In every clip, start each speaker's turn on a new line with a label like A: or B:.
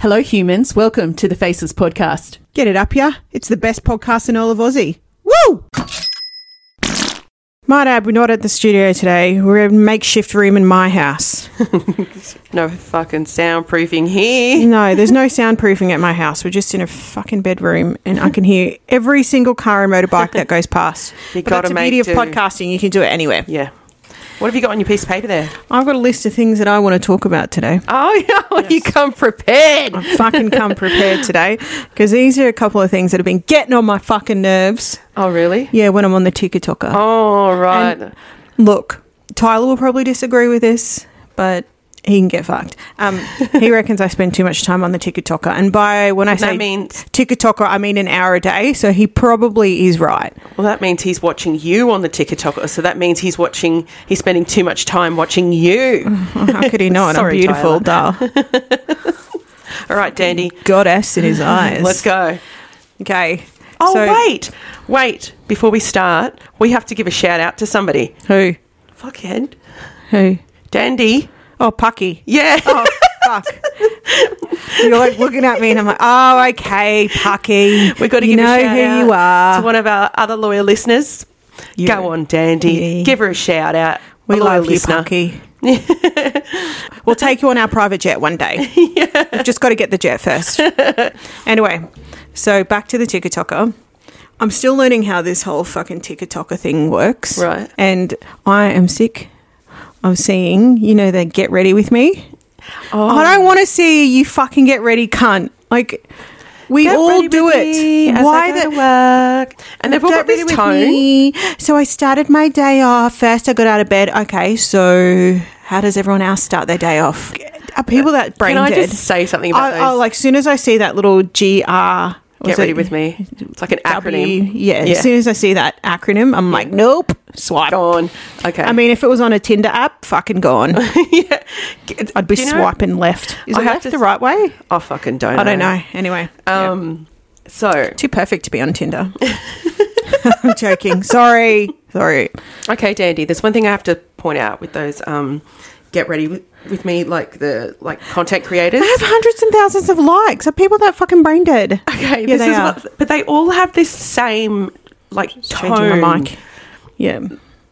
A: Hello, humans. Welcome to the Faces Podcast.
B: Get it up, yeah? It's the best podcast in all of Aussie. Woo! Might add, we're not at the studio today. We're in a makeshift room in my house.
C: No fucking soundproofing here.
B: No, there's no soundproofing at my house. We're just in a fucking bedroom and I can hear every single car and motorbike that goes past.
C: You
B: but
C: gotta
B: that's the
C: make
B: beauty of
C: do.
B: podcasting. You can do it anywhere.
C: Yeah. What have you got on your piece of paper there?
B: I've got a list of things that I want to talk about today.
C: Oh, yeah. You come prepared.
B: I've fucking come prepared today because these are a couple of things that have been getting on my fucking nerves.
C: Oh, really?
B: Yeah, when I'm on the TikToker.
C: Oh, right.
B: And- Look, Tyler will probably disagree with this, but he can get fucked. Um, he reckons I spend too much time on the TikToker, and by when I
C: that
B: say
C: means
B: TikToker, I mean an hour a day. So he probably is right.
C: well, that means he's watching you on the TikTok. So that means he's watching. He's spending too much time watching you.
B: How could he not?
C: Sorry,
B: I'm beautiful, duh.
C: All right, Dandy,
B: goddess in his eyes.
C: let's go.
B: Okay.
C: Oh
B: So-
C: wait, wait! Before we start, we have to give a shout out to somebody.
B: Who?
C: Fuckhead,
B: Who?
C: Dandy.
B: Oh, Pucky.
C: Yeah.
B: Oh, fuck. You're like looking at me, and I'm like, oh, okay, Pucky.
C: We've got to
B: you
C: give
B: know
C: a shout
B: who
C: out
B: you are.
C: to one of our other loyal listeners. Go on, Dandy.
B: Yeah.
C: Give her a shout out.
B: We
C: A loyal
B: love you, Pucky. we'll take you on our private jet one day. We've just got to get the jet first. anyway, so back to the TikToker. I'm still learning how this whole fucking TikToker thing works.
C: Right.
B: And I am sick of seeing, you know, the get ready with me.
C: Oh.
B: I don't want to see you fucking get ready, cunt. Like, we
C: Get
B: all
C: ready
B: do
C: with me
B: it.
C: as I
B: Why
C: go
B: the
C: to work? And they've all
B: Get
C: got this
B: ready with
C: tone.
B: me. So I started my day off. First, I got out of bed. Okay, so how does everyone else start their day off? Are people that brain
C: Can I
B: dead?
C: just say something about
B: I, I,
C: those?
B: like, soon as I see that little GR,
C: Get ready with me. It's like an acronym.
B: yeah,
C: Yeah.
B: As soon as I see that acronym, I'm like, nope, swipe.
C: Gone. Okay.
B: I mean, if it was on a Tinder app, fucking gone.
C: yeah.
B: I'd be
C: Do you know-
B: swiping left. Is
C: I
B: it
C: have
B: left
C: to
B: the
C: s-
B: right way?
C: I fucking don't.
B: I don't know. Anyway, yeah.
C: Um. So
B: too perfect to be on Tinder. I'm joking. Sorry, sorry.
C: okay, Dandy. There's one thing I have to point out with those. Um, get ready with, with me, like the like content creators.
B: They have hundreds and thousands of likes. Are people that fucking brain dead?
C: Okay,
B: yeah,
C: this
B: they
C: is
B: are.
C: what, but they all have this same like tone,
B: Changing my mic. Yeah,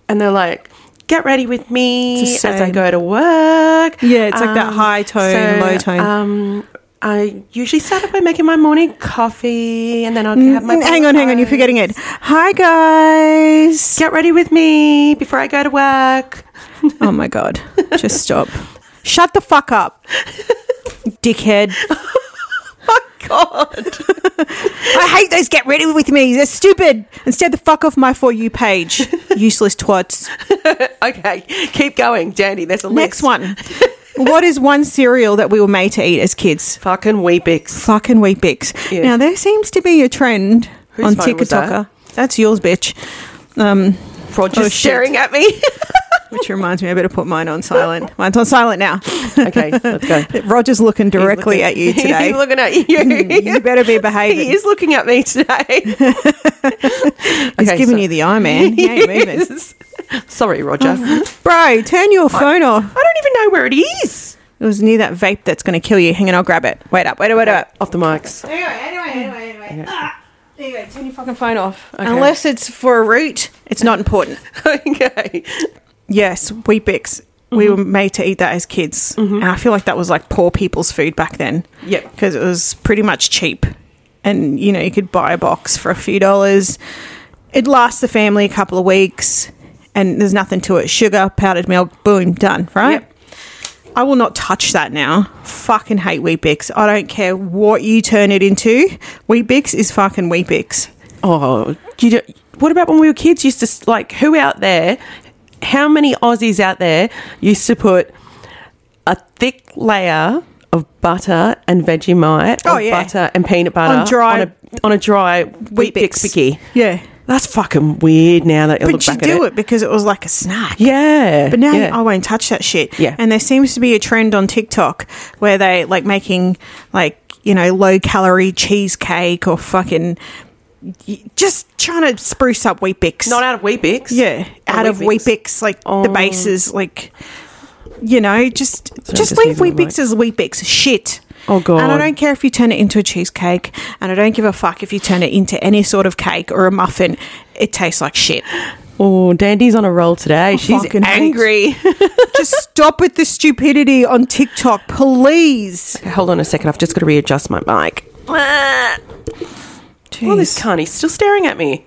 C: and they're like, "Get ready with me
B: It's
C: as
B: the
C: I
B: same.
C: go to work."
B: Yeah, it's like that high tone, low tone.
C: Um, I usually start up by making my morning coffee, and then I'll have my.
B: Mm, hang on, hang on. You're
C: potatoes.
B: forgetting it. Hi guys.
C: Get ready with me before I go to work.
B: Oh my god. Just stop. Shut the fuck up, dickhead. Oh
C: God,
B: I hate those. Get ready with me. They're stupid. Instead, the fuck off my for you page. Useless twats.
C: okay, keep going, Dandy. There's a
B: Next
C: list.
B: one. What is one cereal that we were made to eat as kids?
C: Fucking Weebix.
B: fucking wheat bix.
C: Yeah.
B: Now there seems to be a trend
C: Whose
B: on
C: phone was that?
B: TikToker. That's yours, bitch. Um,
C: Roger's
B: Oh, shit.
C: staring at me.
B: which reminds me, I better put mine on silent. Mine's on silent now.
C: okay, let's go.
B: Roger's looking directly
C: looking-
B: at you today.
C: He's looking at you.
B: you better be behaving.
C: He is looking at me today.
B: He's
C: Okay,
B: giving
C: so-
B: you the eye, man. He ain't moving.
C: Sorry, Roger.
B: Bro, turn your phone off.
C: I don't even know where it is.
B: It was near that vape that's going to kill you. Hang on, I'll grab it. Wait up, wait up, wait up.
C: Off the mics.
B: Anyway, anyway, anyway, anyway. Ah, anyway, turn your fucking phone off. Unless
C: Unless
B: it's for a route, it's not important.
C: okay.
B: Yes, Weet Bix. We were made to eat that as kids. And I feel like that was like poor people's food back then.
C: Yep.
B: Because it was pretty much cheap. And, you know, you could buy a box for a few dollars. It lasts the family a couple of weeks and there's nothing to it. Sugar, powdered milk, boom, done, right?
C: Yep.
B: I will not touch that now. Fucking hate Weet Bix. I don't care what you turn it into. Weet Bix is fucking Weet Bix.
C: Oh, you do what about when we were kids? Used to s- like who out there? How many Aussies out there used to put a thick layer of butter and Vegemite,
B: Oh,
C: or
B: yeah.
C: butter and peanut butter
B: On dry-
C: on a, on a dry wheat
B: Bix.
C: bix picky?
B: Yeah.
C: That's fucking weird. Now that you look
B: But you
C: back at
B: do
C: it.
B: it. because it was like a snack.
C: yeah.
B: But now
C: yeah.
B: I won't touch that shit.
C: Yeah.
B: And there seems to be a trend on TikTok where they like making like, you know, low calorie cheesecake or fucking y- just trying to spruce up Wheat Bix.
C: not out of Weebix.
B: yeah,
C: Or
B: out of Wheat
C: Weet-Bix.
B: Bix, like
C: Oh.
B: the bases, like, you know, just
C: I'm
B: just
C: just
B: leave
C: leaving
B: Wheat
C: the mic.
B: Bix as Wheat Bix. Shit.
C: Oh, God.
B: And I don't care if you turn it into a cheesecake, and I don't give a fuck if you turn it into any sort of cake or a muffin. It tastes like shit.
C: Oh, Dandy's on a roll today. She's
B: Oh, fucking hate-
C: angry.
B: Just stop with the stupidity on TikTok, please.
C: Hold on a second. I've just got to readjust my mic. Oh, this cunt. He's still staring at me.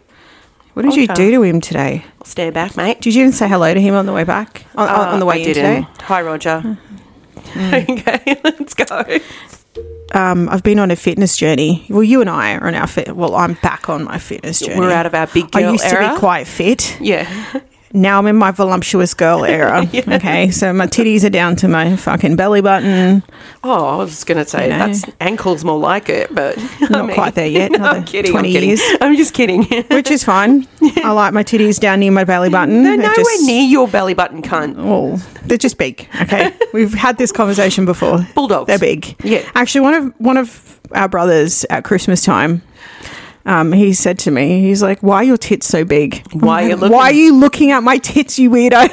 B: What did you do to him today?
C: I'll stand back, mate.
B: Did you even say hello to him on the way back? On, on- on the way
C: Uh, I
B: in
C: didn't.
B: today?
C: Hi, Roger.
B: Mm.
C: Okay, let's go.
B: Um, I've been on a fitness journey. Well, you and I are on our fit. Well, I'm back on my fitness journey.
C: We're out of our big
B: I
C: girl
B: used to
C: era.
B: be quite fit.
C: Yeah.
B: Now I'm in my voluptuous girl era. Okay, so my titties are down to my fucking belly button.
C: Oh, I was going to say
B: You know.
C: that's ankles more like it, but I
B: Not
C: mean-
B: quite there yet,
C: No,
B: another
C: I'm kidding.
B: 20
C: I'm kidding.
B: years.
C: I'm just kidding.
B: Which is fine. I like my titties down near my belly button.
C: They're
B: It
C: nowhere
B: just-
C: near your belly button, cunt.
B: Oh, they're just big. Okay, we've had this conversation before.
C: Bulldogs.
B: They're big.
C: Yeah.
B: Actually, one of one of our brothers at Christmas time, um, he said to me, he's like, "Why are your tits so big?
C: Why are you looking-
B: Why are you looking at my tits, you weirdo?"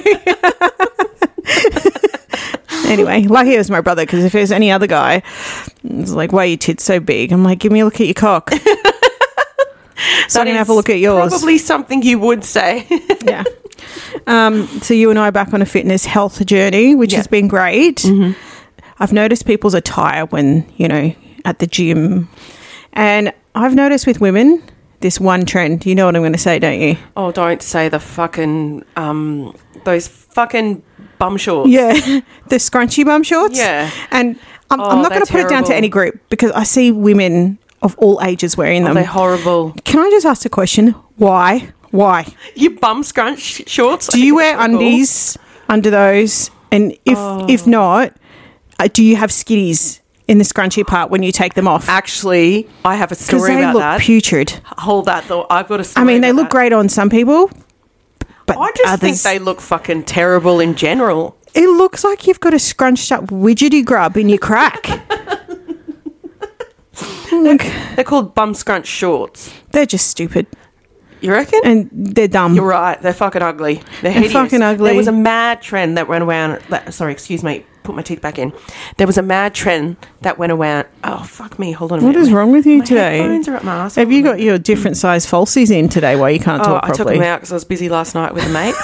B: anyway, lucky it was my brother because if it was any other guy, it's like, "Why are your tits so big?" I'm like, "Give me a look at your cock." so I'm
C: That
B: gonna have
C: is
B: a look at yours.
C: Probably something you would say.
B: yeah. Um, so you and I are back on a fitness health journey, which
C: Yeah. Mm-hmm.
B: has been great. I've noticed people's attire when you know at the gym, and I've noticed with women this one trend. You know what I'm going to say, don't you?
C: oh, don't say the fucking um those fucking bum shorts.
B: Yeah, the scrunchy bum shorts.
C: Yeah.
B: and I'm,
C: Oh,
B: I'm not going to
C: they're
B: put it down to
C: terrible.
B: any group because I see women of all ages wearing
C: Oh,
B: them.
C: they're horrible.
B: Can I just ask a question? Why? Why?
C: You bum scrunch sh- shorts.
B: Do you wear undies under those? And if
C: Oh.
B: if not, uh, do you have skitties in the scrunchy part when you take them off?
C: Actually, I have a
B: Because
C: story
B: they
C: about
B: look
C: that.
B: putrid.
C: Hold that though. I've got a story.
B: I mean, they
C: about
B: look
C: that.
B: great on some people, but
C: I just
B: others,
C: think they look fucking terrible in general.
B: It looks like you've got a scrunched up widgety grub in your crack. look,
C: They're called bum scrunch shorts.
B: they're just stupid
C: You reckon?
B: and they're dumb.
C: You're right. They're fucking ugly. They're, hideous.
B: Um, fucking ugly.
C: There was a mad trend that went around. That, sorry, excuse me. Put my teeth back in. There was a mad trend that went around. Oh fuck me! Hold on. A
B: What
C: minute.
B: is wrong with you
C: My
B: today?
C: Headphones are up my ass.
B: Have you got your different size falsies in today? Why you can't
C: Oh,
B: talk
C: I took
B: properly?
C: them out because I was busy last night with a mate.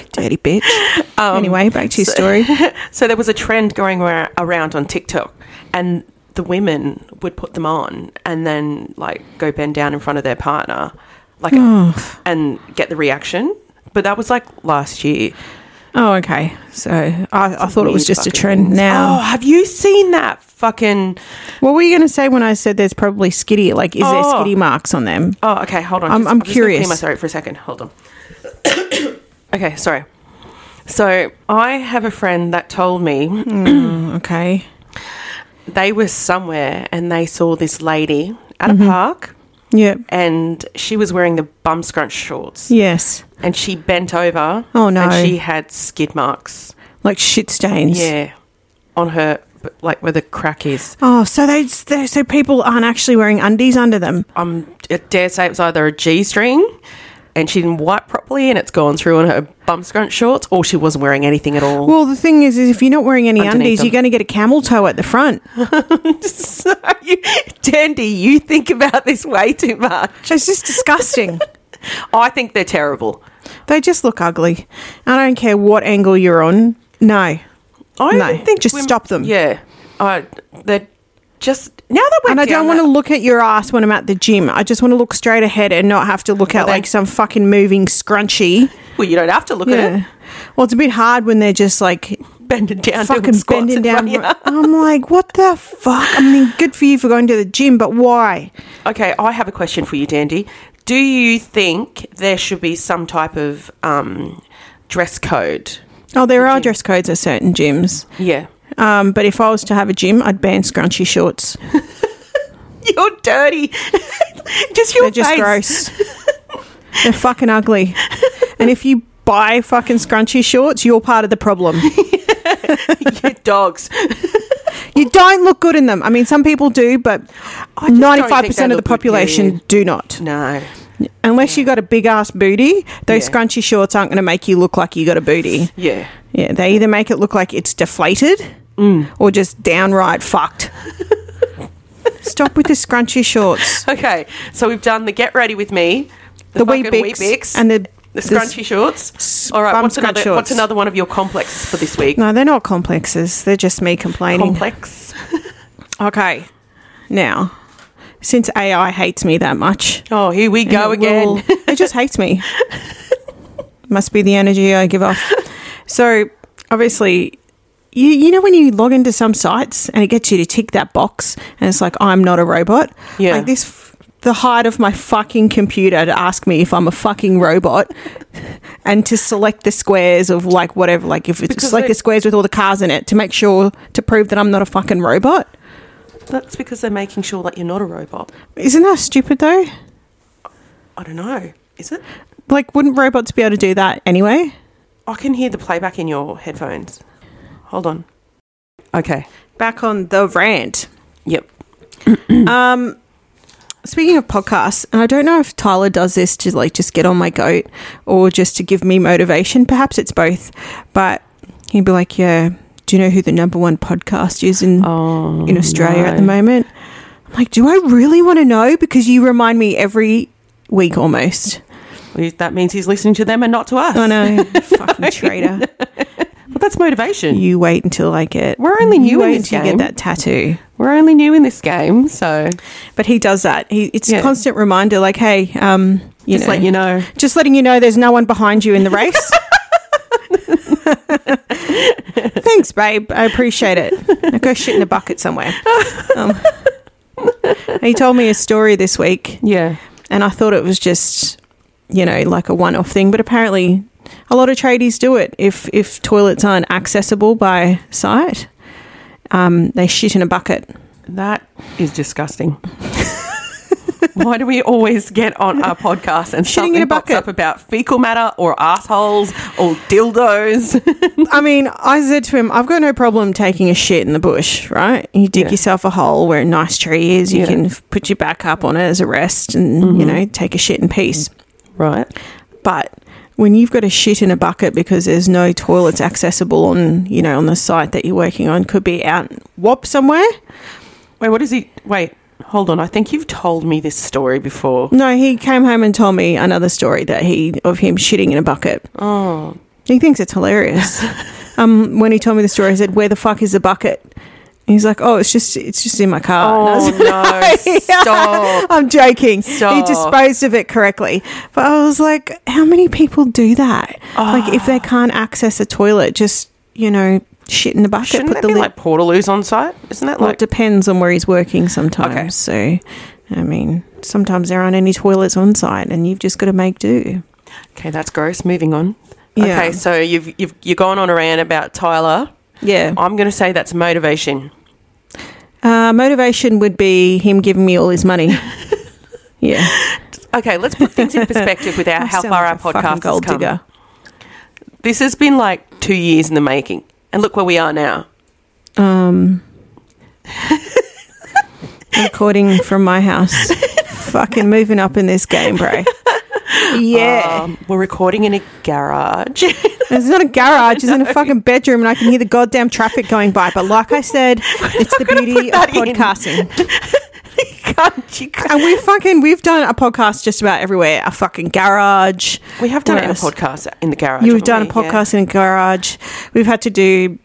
B: Dirty bitch. anyway, back to your story.
C: Um, So there was a trend going ra- around on TikTok, and the women would put them on and then like go bend down in front of their partner, like, and get the reaction. But that was like last year.
B: Oh, okay. So I, I thought it was
C: Weird
B: just a
C: fucking
B: trend
C: things.
B: now.
C: Oh, have you seen that fucking?
B: What were you going to say when I said there's probably skitty? Like, is there
C: Oh.
B: skitty marks on them?
C: Oh, okay. Hold on.
B: I'm-
C: just-
B: I'm
C: just gonna
B: curious.
C: Clear my throat for a second. Hold on. okay, sorry. So I have a friend that told me
B: Okay.
C: they were somewhere and they saw this lady at
B: Mm-hmm.
C: a park
B: Yep.
C: and she was wearing the bum scrunch shorts
B: Yes.
C: and she bent over.
B: Oh, no.
C: And she had skid marks.
B: Like shit stains.
C: Yeah, on her but, like where the crack is.
B: Oh, so they they- so people aren't actually wearing undies under them.
C: I'm Um, I dare say it was either a G string. And she didn't wipe properly, and it's gone through on her bum scrunch shorts, or she wasn't wearing anything at all.
B: Well, the thing is, is if you're not wearing any
C: Underneath
B: undies,
C: them.
B: you're going to get a camel toe at the front.
C: So you, Dandy, you think about this way too much.
B: It's just disgusting.
C: I think they're terrible.
B: they just look ugly. I don't care what angle you're on. No.
C: I
B: No,
C: don't think
B: just
C: women-
B: stop them.
C: Yeah, I. They're just now that we're
B: And I don't
C: down
B: want to
C: that-
B: look at your ass when I'm at the gym. I just want to look straight ahead and not have to look at
C: they-
B: like some fucking moving scrunchy.
C: Well, you don't have to look at it.
B: Yeah. Well, it's a bit hard when they're just like
C: Bending down,
B: fucking
C: doing squats
B: bending
C: in
B: down.
C: front of you.
B: I'm like, what the fuck? I mean, good for you for going to the gym, but why?
C: Okay, I have a question for you, Dandy. Do you think there should be some type of um, dress code?
B: Oh, there are dress codes at certain gyms.
C: Yeah,
B: Um, but if I was to have a gym, I'd ban scrunchy shorts.
C: you're dirty. just your
B: They're just
C: face.
B: gross. They're fucking ugly. And if you buy fucking scrunchy shorts, you're part of the problem.
C: You're dogs.
B: You don't look good in them. I mean, some people do, but
C: just don't think
B: ninety-five
C: they
B: percent of the
C: look good,
B: population
C: period.
B: do not.
C: No.
B: Unless you got a big ass booty, those
C: Yeah.
B: scrunchy shorts aren't going to make you look like you got a booty.
C: Yeah.
B: Yeah, they either make it look like it's deflated
C: Mm.
B: or just downright fucked. Stop with the scrunchy shorts,
C: Okay, so we've done the get ready with me, the,
B: the wee
C: fucking
B: bix, and the,
C: the scrunchy shorts. All right,
B: bum
C: what's
B: scrunch
C: another,
B: shorts.
C: what's another one of your complexes for this week?
B: No, they're not complexes. They're just me complaining.
C: Complex.
B: okay, now since AI hates me that much,
C: Oh, here we go
B: and it
C: again.
B: will- it just hates me. Must be the energy I give off. So obviously, you you know when you log into some sites and it gets you to tick that box, and it's like I'm not a robot.
C: Yeah.
B: like this. f- The height of my fucking computer to ask me if I'm a fucking robot, and to select the squares of like whatever, like if it's
C: Because
B: like
C: they-
B: the squares with all the cars in it to make sure to prove that I'm not a fucking robot.
C: That's because they're making sure that you're not a robot.
B: Isn't that stupid though?
C: I don't know. Is it?
B: Like, wouldn't robots be able to do that anyway?
C: I can hear the playback in your headphones. Hold on. Okay.
B: back on the rant.
C: Yep.
B: Um, speaking of podcasts, and I don't know if Tyler does this to like just get on my goat or just to give me motivation. Perhaps it's both, but he'd be like, "Yeah, do you know who the number one podcast is in
C: Oh,
B: in Australia at the moment?" I'm like, "Do I really want to know?" Because you remind me every week almost.
C: moment. That means he's listening to them and not to us.
B: I know, fucking traitor.
C: But that's motivation.
B: You wait until I get.
C: We're only new
B: you
C: in
B: wait
C: this
B: until you
C: game.
B: get that tattoo.
C: We're only new in this game, so
B: But he does that. He it's
C: Yeah.
B: a constant reminder, like, hey, um, you
C: just
B: know,
C: let you know.
B: just letting you know there's no one behind you in the race. Thanks, babe. I appreciate it. Now go shit in a bucket somewhere. Um, he told me a story this week,
C: Yeah.
B: and I thought it was just, you know, like a one-off thing. But apparently, a lot of tradies do it. If if toilets aren't accessible by sight, um, they shit in a bucket.
C: That is disgusting. Why do we always get on our podcast and
B: Shitting
C: something
B: in a
C: pops
B: bucket.
C: up about fecal matter or assholes or dildos?
B: I mean, I said to him, I've got no problem taking a shit in the bush, right? You dig
C: Yeah.
B: yourself a hole where a nice tree is, you
C: Yeah. Mm-hmm.
B: can f- put your back up on it as a rest and, you know, take a shit in peace.
C: Right.
B: But when you've got a shit in a bucket because there's no toilets accessible on, you know, on the site that you're working on, could be out wop somewhere.
C: Wait, what is he? Wait, hold on. I think you've told me this story before.
B: No, he came home and told me another story that he of him shitting in a bucket.
C: Oh,
B: He thinks it's hilarious. um, when he told me the story, I said, "Where the fuck is the bucket?" And he's like, "Oh, it's just it's just in my car." And I was
C: oh no! Stop.
B: I'm joking.
C: Stop.
B: He disposed of it correctly. But I was like, how many people do that?
C: oh,
B: Like,
C: Ah.
B: if they can't access a toilet, just, you know, shit in the bucket,
C: Shouldn't
B: put
C: that
B: the
C: be
B: lid.
C: like portaloos on site? Isn't that
B: well, it
C: like?
B: depends on where he's working sometimes. So, I mean, sometimes there aren't any toilets on site and you've just got to make do.
C: Okay, that's gross. Moving on.
B: Yeah.
C: Okay, so you've you've you're going on around about Tyler.
B: Yeah.
C: I'm going to say that's motivation.
B: Uh, motivation would be him giving me all his money. yeah.
C: Okay, let's put things in perspective with our,
B: I
C: Uh, how
B: sound
C: far
B: like
C: our
B: a fucking
C: podcast has
B: gold
C: come.
B: digger.
C: This has been like two years in the making, and look where we are now.
B: Um, recording from my house. Fucking moving up in this game, bro. Yeah.
C: Um, we're recording in a garage.
B: it's not a garage, it's in a fucking bedroom, and I can hear the goddamn traffic going by. But like I said, it's the beauty of
C: that in.
B: podcasting.
C: Can't you-
B: And we fucking, we've done a podcast just about everywhere. A fucking garage.
C: we have done
B: What
C: a
B: else?
C: podcast in the garage.
B: You've
C: haven't
B: done a
C: we? Yeah.
B: podcast in a garage. We've had to do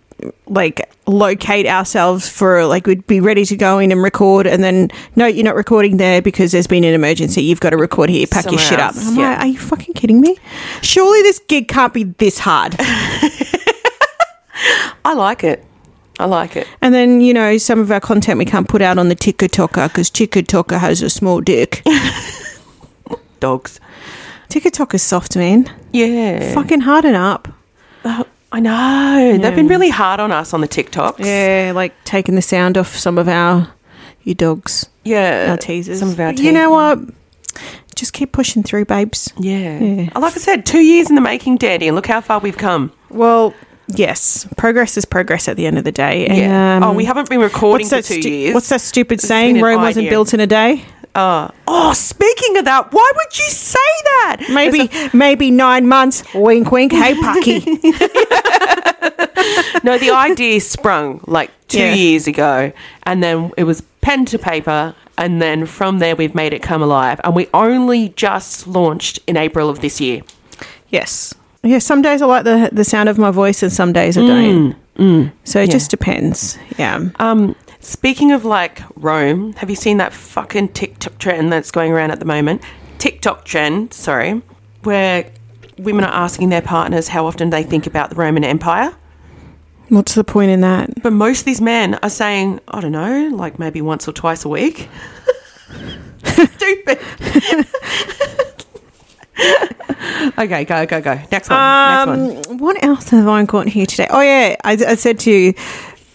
B: like locate ourselves for like we'd be ready to go in and record and then no you're not recording there because there's been an emergency you've got to record here pack your
C: Somewhere
B: shit
C: else,
B: up I'm
C: yeah.
B: like, are you fucking kidding me surely this gig can't be this hard
C: I like it. I like it.
B: and then you know some of our content we can't put out on the tiktoker because tiktoker has a small dick
C: Dogs.
B: tiktoker's soft man
C: Yeah.
B: fucking harden up
C: Oh, I know. They've been really hard on us on the TikToks.
B: yeah like taking the sound off some of our your dogs
C: Yeah.
B: Uh, our teasers.
C: Some of our
B: But You know what? Just keep pushing through, babes.
C: Yeah.
B: Yeah.
C: Like I said, two years in the making, Daddy, and look how far we've come.
B: Well, yes, progress is progress at the end of the day. And,
C: Yeah.
B: um,
C: oh, we haven't been recording
B: what's that
C: for two
B: stu-
C: years.
B: What's that stupid
C: It's
B: saying?
C: been an
B: Rome wasn't
C: idea.
B: built in a day.
C: Uh, oh, speaking of that, why would you say that?
B: Maybe,
C: There's
B: maybe nine months. Wink, wink. Hey, Pucky.
C: a- No, the idea sprung like two
B: Yeah.
C: years ago, and then it was pen to paper, and then from there we've made it come alive. And we only just launched in April of this year.
B: Yes. Yeah, some days I like the the sound of my voice and some days I don't.
C: Mm.
B: so it
C: yeah.
B: just depends. Yeah.
C: Um, speaking of like Rome, have you seen that fucking TikTok trend that's going around at the moment? TikTok trend, sorry, where women are asking their partners how often they think about the Roman Empire.
B: What's the point in that?
C: But most of these men are saying, I don't know, like maybe once or twice a week. Stupid. okay, go, go, go. Next one. next one.
B: Um, what else have I got here today? Oh yeah, I, I said to you,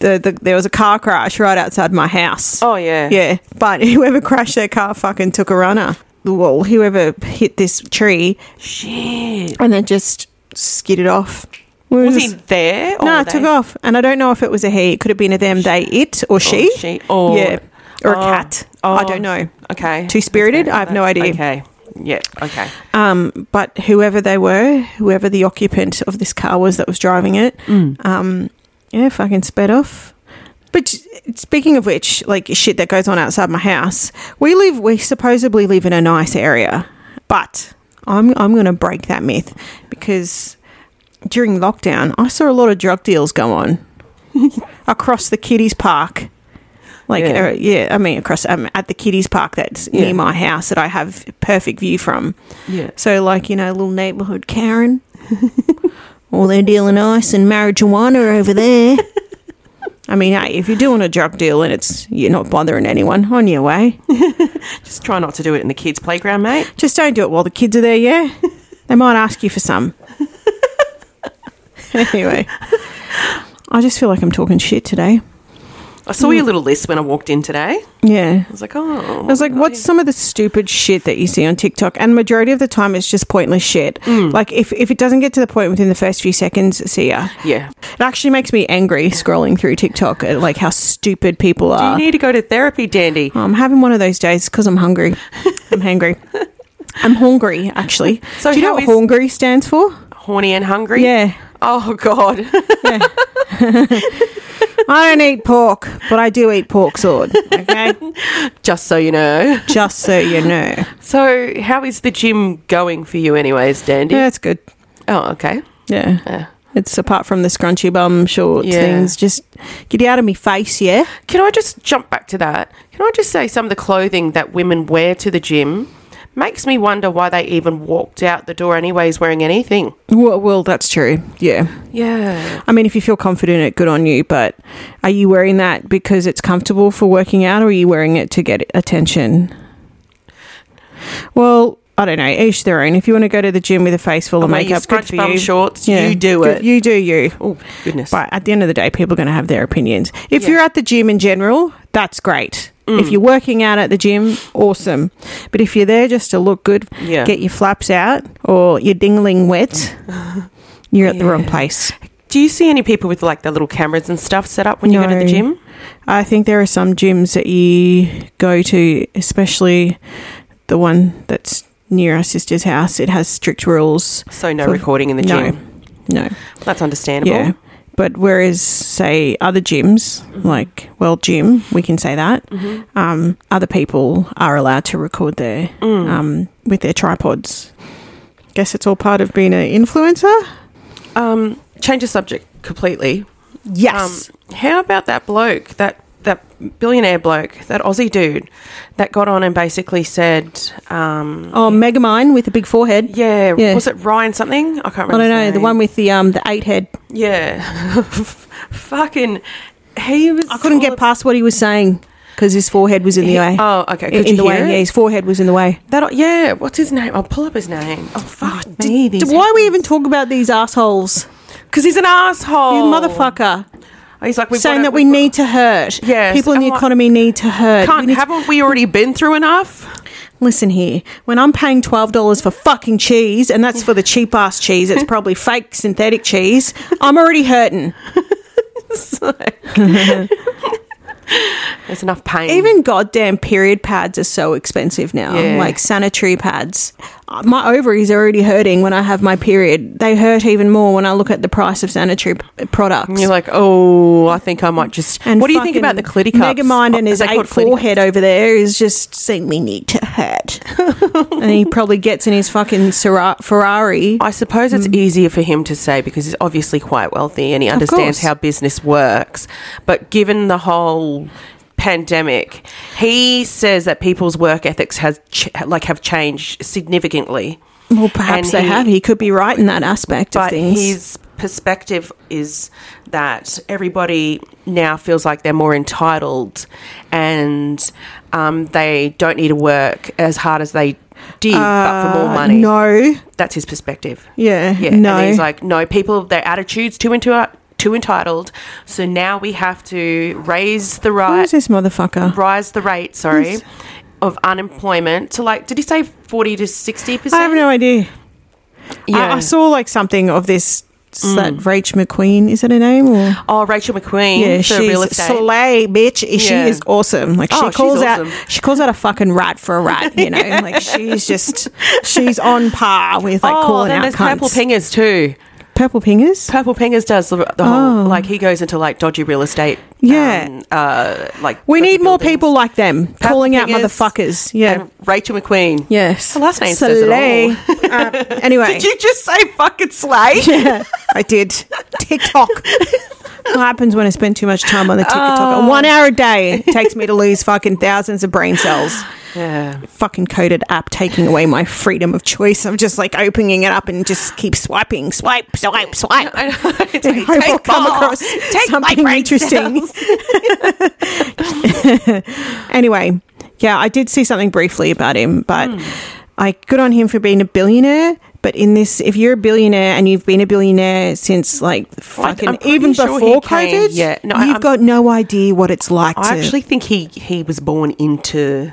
B: the, the there was a car crash right outside my house.
C: Oh, yeah.
B: yeah. But whoever crashed their car fucking took a runner. Well, whoever hit this tree
C: Shit.
B: and then just skidded off. We were
C: Was he
B: just-
C: there? or
B: No,
C: were
B: it took
C: they-
B: off, and I don't know if it was a he. It could have been a them, they, it, or she.
C: she, or-
B: yeah, or a
C: oh,
B: cat. I don't know.
C: Okay.
B: Two spirited. I have no idea.
C: Okay. Yeah. Okay.
B: Um, but whoever they were, whoever the occupant of this car was that was driving it, um, yeah, fucking sped off. But s- speaking of which, like shit that goes on outside my house, we live, we supposedly live in a nice area, but I'm I'm going to break that myth because during lockdown, I saw a lot of drug deals go on across the kiddies park. Like
C: Yeah.
B: yeah, yeah I mean across um, at the kiddies park that's
C: Yeah.
B: near my house that I have perfect view from.
C: Yeah.
B: So, like, you know, little neighborhood Karen. or they're dealing ice and marijuana over there. I mean, hey, if you're doing a drug deal and it's you're not bothering anyone, on your way.
C: Just try not to do it in the kids' playground, mate.
B: Just don't do it while the kids are there, yeah? They might ask you for some. anyway, I just feel like I'm talking shit today.
C: I saw your little list when I walked in today.
B: Yeah.
C: I was like, oh.
B: Mm. I was like, what's some of the stupid shit that you see on TikTok? And majority of the time, it's just pointless shit. Like, if, if it doesn't get to the point within the first few seconds, see ya.
C: Yeah.
B: It actually makes me angry scrolling through TikTok at like how stupid people
C: Do
B: are.
C: you need to go to therapy, Dandy?
B: I'm having one of those days because I'm hungry. I'm hangry. I'm hungry, actually.
C: So
B: Do you know
C: how
B: what
C: is-
B: hungry stands for?
C: Horny and hungry?
B: Yeah.
C: Oh, God.
B: I don't eat pork, but I do eat pork sword. Okay.
C: Just so you know.
B: Just so you know.
C: So, how is the gym going for you, anyways, Dandy?
B: Yeah, it's good.
C: Oh, okay.
B: Yeah.
C: Yeah.
B: It's apart from the scrunchy bum shorts
C: Yeah.
B: things. Just get out of me face, yeah?
C: Can I just jump back to that? Can I just say some of the clothing that women wear to the gym makes me wonder why they even walked out the door, anyways, wearing anything?
B: Well, well, that's true. Yeah.
C: Yeah.
B: I mean, if you feel confident in it, good on you. But are you wearing that because it's comfortable for working out, or are you wearing it to get attention? Well, I don't know. Each their own. If you want to go to the gym with a face full
C: Or
B: of
C: make your
B: makeup, good
C: scrunch
B: for
C: bum
B: you.
C: shorts.
B: Yeah,
C: You do
B: good-
C: it.
B: You do you.
C: oh, goodness.
B: But at the end of the day, people are going to have their opinions. If
C: Yeah. Mm.
B: you're at the gym in general, that's great. If you're working out at the gym, awesome. But if you're there just to look good,
C: Yeah.
B: get your flaps out, or you're dingling wet, you're at the wrong
C: Yeah.
B: place.
C: Do you see any people with like the little cameras and stuff set up when you go to the
B: No.
C: gym?
B: I think there are some gyms that you go to, especially the one that's near our sister's house. It has strict rules.
C: So no
B: For-
C: recording in the
B: no,
C: gym.
B: no,
C: That's understandable.
B: yeah. But whereas, say, other gyms, like World Gym, we can say that
C: Mm-hmm.
B: um, other people are allowed to record their um, with their tripods. Guess it's all part of being an influencer.
C: Um, change the subject completely.
B: Yes.
C: Um, how about that bloke, that that billionaire bloke, that Aussie dude, that got on and basically said, um,
B: oh, Megamind with a big forehead.
C: yeah,
B: Yeah.
C: was it Ryan something? I can't
B: I
C: remember.
B: don't
C: his
B: know the
C: name.
B: one with the um the eight head.
C: Yeah, fucking. He was.
B: I couldn't get
C: past.
B: past what he was saying because his forehead was in the way.
C: Oh, okay.
B: in
C: Could you
B: the
C: hear
B: way.
C: it?
B: Yeah, his forehead was in the way.
C: That, yeah, what's his name? I'll pull up his name. Oh, fuck me.
B: Did- why we even talk about these assholes?
C: Because he's an asshole. Oh,
B: You motherfucker!
C: He's like, Oh. we've
B: saying
C: gotta-
B: that we
C: we've
B: need to hurt.
C: Yes,
B: people in
C: I'm
B: the
C: like-
B: economy need to hurt.
C: Can't,
B: We need to-
C: haven't we already been through enough?
B: Listen here. When I'm paying twelve dollars for fucking cheese, and that's for the cheap ass cheese, it's probably fake synthetic cheese. I'm already hurting.
C: There's enough pain.
B: Even goddamn period pads are so expensive now.
C: Yeah.
B: Like sanitary pads. Uh, My ovaries are already hurting when I have my period. They hurt even more when I look at the price of sanitary p- products.
C: you're like, oh, I think I might just.
B: And
C: what do you think about the
B: fucking
C: clitty cups?
B: Megamind and
C: Is
B: his
C: that
B: eight
C: called clitty
B: forehead over there is just seeing me need to hurt. and he probably gets in his fucking Sera- Ferrari.
C: I suppose
B: Mm.
C: it's easier for him to say because he's obviously quite wealthy and he understands
B: course.
C: how business works. But given the whole pandemic, he says that people's work ethics has ch- like have changed significantly.
B: Well, perhaps
C: And
B: they have. He could be right in that aspect of
C: But
B: things.
C: his perspective is that everybody now feels like they're more entitled and um, they don't need to work as hard as they did, but for more
B: Uh,
C: money.
B: No.
C: That's his perspective.
B: Yeah.
C: Yeah.
B: No.
C: And he's like, no, people, their attitudes too into too entitled. So now we have to raise the
B: Who is
C: right,
B: this motherfucker?
C: rise the rate, sorry, of unemployment to like, did he say forty to sixty percent? Uh,
B: I have no idea.
C: Yeah.
B: I, I saw like something of this. it's That Rach McQueen is that her name? Or?
C: Oh, Rachel McQueen
B: Yeah,
C: for
B: she's
C: real estate.
B: slay, bitch. She
C: Yeah.
B: is awesome. Like
C: Oh,
B: she
C: she's
B: calls
C: awesome.
B: out, she calls out a fucking rat for a rat. You know, like she's just she's on par with like
C: oh,
B: calling
C: then
B: out
C: there's
B: cunts.
C: Purple Pingers too.
B: Purple pingers.
C: Purple Pingers does the, the whole like he goes into like dodgy real estate.
B: Oh. Yeah.
C: um, uh, like
B: we
C: dodgy
B: need more
C: buildings.
B: people like them calling out
C: Pingers
B: motherfuckers. Yeah.
C: And Rachel McQueen.
A: Yes.
C: Her last name says it
B: Slay.
C: all.
B: Uh, anyway,
C: Did you just say fucking slay?
B: Yeah, I did. TikTok. What happens when I spend too much time on the
C: Oh.
B: TikTok? One hour a day it takes me to lose fucking thousands of brain cells.
C: Yeah.
B: Fucking coded app taking away my freedom of choice. I'm just like opening it up and just keep swiping, swipe, swipe, swipe.
C: I know. It's
B: And
C: like,
B: hope I'll come
C: more.
B: across
C: Take my
B: something
C: brain
B: interesting.
C: cells.
B: Anyway, yeah, I did see something briefly about him, but
C: Hmm.
B: I good on him for being a billionaire. But in this, if you're a billionaire and you've been a billionaire since like fucking
C: I'm pretty
B: even
C: sure he
B: before
C: came-
B: COVID,
C: yeah, no, I-
B: you've
C: I'm-
B: got no idea what it's like.
C: I
B: to,
C: actually think he he was born into.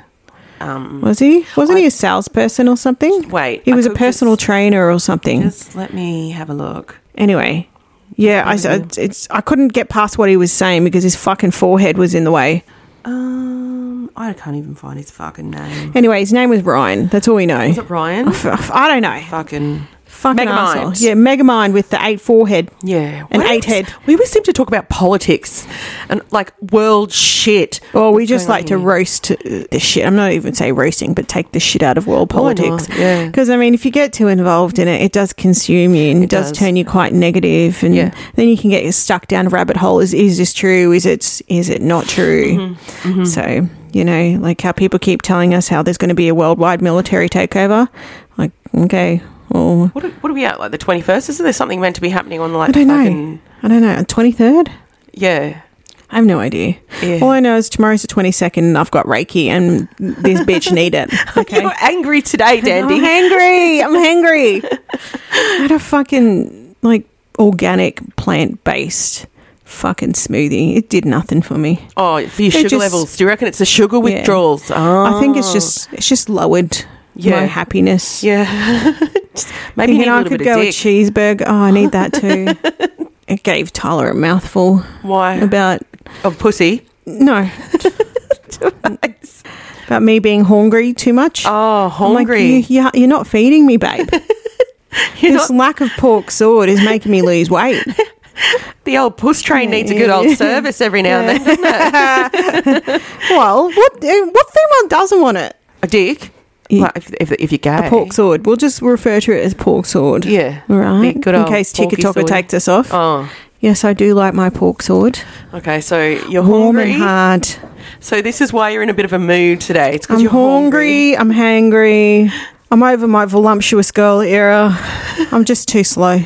C: um,
B: was he wasn't he a salesperson or something?
C: Wait,
B: he
C: I
B: was a
C: could
B: personal
C: just-
B: trainer or something.
C: Just let me have a look.
B: anyway, yeah, I, I it's I couldn't get past what he was saying because his fucking forehead was in the way.
C: Um, I can't even find his fucking name.
B: Anyway, his name was Ryan. That's all we know.
C: Is it Ryan?
B: I don't know.
C: Fucking
B: Fucking
C: Megamind.
B: arsehole. Yeah, Megamind with the eight forehead.
C: yeah,
B: An
C: Why do we
B: eight head.
C: s- We always seem to talk about politics and like world shit.
B: Or Oh, we
C: What's
B: just
C: going
B: like
C: on
B: to
C: here?
B: roast uh, the shit. I'm not even say roasting, but take the shit out of world
C: Oh, I know.
B: politics.
C: Yeah.
B: Because I mean, if you get too involved in it, it does consume you and it, does.
C: does.
B: turn you quite negative, and
C: Yeah.
B: then you can get stuck down a rabbit hole. Is is this true? Is it is it not true?
C: Mm-hmm.
B: So you know, like how people keep telling us how there's going to be a worldwide military takeover. Like, okay, well,
C: What are, what are we at? Like the twenty first? Isn't there something meant to be happening on like?
B: I don't
C: fucking,
B: know. I don't know. Twenty third.
C: Yeah.
B: I have no idea.
C: Yeah.
B: All I know is tomorrow's the 22nd and I've got Reiki and this bitch need it. Okay.
C: You're angry today,
B: I'm
C: Dandy.
B: hangry. I'm hangry. I had a fucking like organic plant based fucking smoothie. It did nothing for me.
C: Oh, for your
B: They
C: sugar
B: just-
C: levels. Do you reckon it's the sugar withdrawals? Oh.
B: I think it's just it's just lowered
C: Yeah.
B: my happiness.
C: yeah. Just Maybe you need
B: Thinking
C: a
B: I
C: little
B: could
C: bit of
B: go a
C: dick.
B: cheeseburger. Oh, I need that too. it gave Tyler a mouthful
C: Why?
B: about
C: Of pussy.
B: no. about me being hungry too much.
C: Oh,
B: I'm like,
C: hungry.
B: you, you, you're not feeding me, babe.
C: You're
B: this lack of pork sword is making me lose weight.
C: The old puss train needs a good old service every now and then.
B: well, what eh, what female doesn't want it?
C: A dick.
B: Yeah.
C: Like if, if, if you're gay.
B: A pork sword. We'll just refer to it as pork sword.
C: Yeah.
B: All right.
C: Big good
B: In
C: old
B: case
C: porky
B: Tikitoka
C: sword.
B: takes us off.
C: Oh,
B: Yes, I do like my pork sword.
C: okay. So you're
B: Warm
C: hungry.
B: and hard.
C: So this is why you're in a bit of a mood today. It's because
B: I'm
C: you're
B: hungry, I'm hangry. I'm over my voluptuous girl era. I'm just too slow.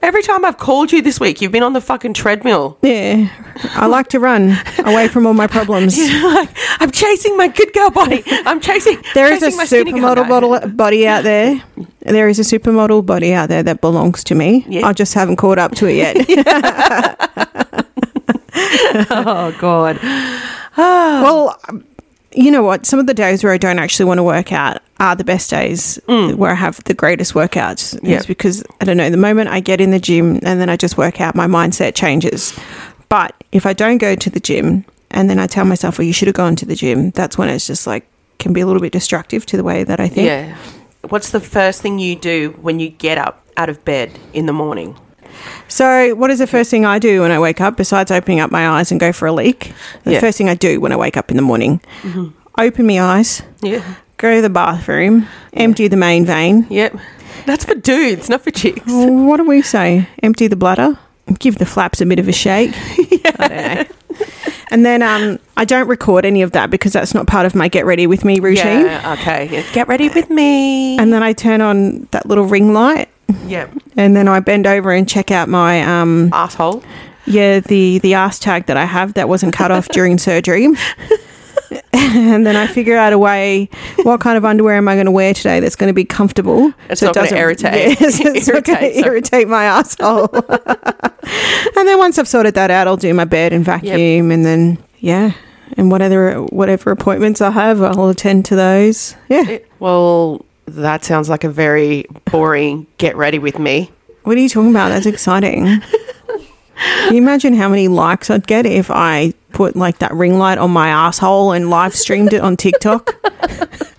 C: Every time I've called you this week, you've been on the fucking treadmill.
B: Yeah. I like to run away from all my problems.
C: Like, I'm chasing my good girl body. I'm chasing.
B: There is a
C: chasing my skinny girl."
B: supermodel
C: No.
B: bottle, body out there. There is a supermodel body out there that belongs to me.
C: Yeah.
B: I just haven't caught up to it yet.
C: Oh God.
B: Well, you know what? Some of the days where I don't actually want to work out are the best days where I have the greatest workouts.
C: Mm. Yeah.
B: It's because I don't know. The moment I get in the gym and then I just work out, my mindset changes. But if I don't go to the gym And then I tell myself, well, you should have gone to the gym. That's when it's just like, can be a little bit destructive to the way that I think.
C: Yeah. What's the first thing you do when you get up out of bed in the morning?
B: So, what is the first thing I do when I wake up, besides opening up my eyes and go for a leak? The
C: Yeah.
B: first thing I do when I wake up in the morning, open my eyes,
C: Mm-hmm. Yeah.
B: go to the bathroom, empty the main vein.
C: Yep. That's for dudes, not for chicks.
B: Well, what do we say? Empty the bladder, give the flaps a bit of a shake. I don't know. And then um, I don't record any of that because that's not part of my get ready with me routine.
C: Yeah, okay. Yeah. Get ready with me.
B: And then I turn on that little ring light,
C: yep.
B: and then I bend over and check out my um,
C: Asshole.
B: Yeah, the the ass tag that I have that wasn't cut off during surgery. and then I figure out a way what kind of underwear am I going to wear today that's going to be comfortable.
C: It's not gonna irritate-
B: Yes, it's not going
C: irritate,
B: to
C: sorry.
B: irritate my asshole. and then once I've sorted that out, I'll do my bed and vacuum, and then yeah, and whatever whatever appointments I have, I'll attend to those. Yeah.
C: Well, that sounds like a very boring get ready with me.
B: What are you talking about? That's exciting. Can you imagine how many likes I'd get if I put like that ring light on my asshole and live streamed it on TikTok?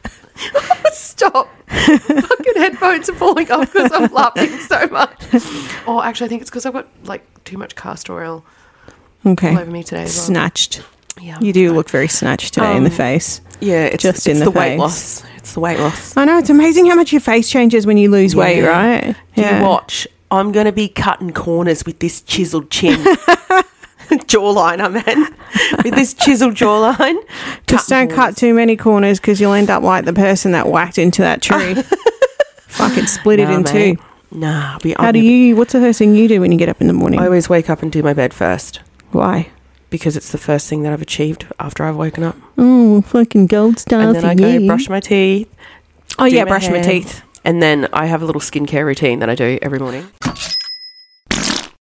C: Stop. Fucking headphones are falling off because I'm laughing so much. Oh, actually, I think it's because I've got like too much castor oil all over
B: Okay.
C: me today as well. Um,
B: Snatched.
C: Yeah.
B: You do look very snatched today in the face.
C: Yeah, it's
B: Just
C: it's
B: in the
C: weight
B: face. Oh,
C: loss. It's the weight loss.
B: I know it's amazing how much your face changes when you lose weight,
C: Yeah.
B: right?
C: You watch. I'm going to be cutting corners with this chiseled chin. jawline, I meant. With this chiseled jawline.
B: Just
C: Cutting
B: don't cut too many corners because you'll end up like the person that whacked into that tree. Fucking split it
C: Nah,
B: in
C: mate.
B: two.
C: Nah, I'll be,
B: How do you? What's the first thing you do when you get up in the morning?
C: I always wake up and do my bed first
B: Why?
C: because it's the first thing that I've achieved after I've woken up.
B: Oh, fucking gold star
C: and then
B: for
C: I go
B: you.
C: brush my teeth.
B: Oh
C: do
B: yeah,
C: my
B: brush my
C: hair.
B: teeth.
C: And then I have a little skincare routine that I do every morning.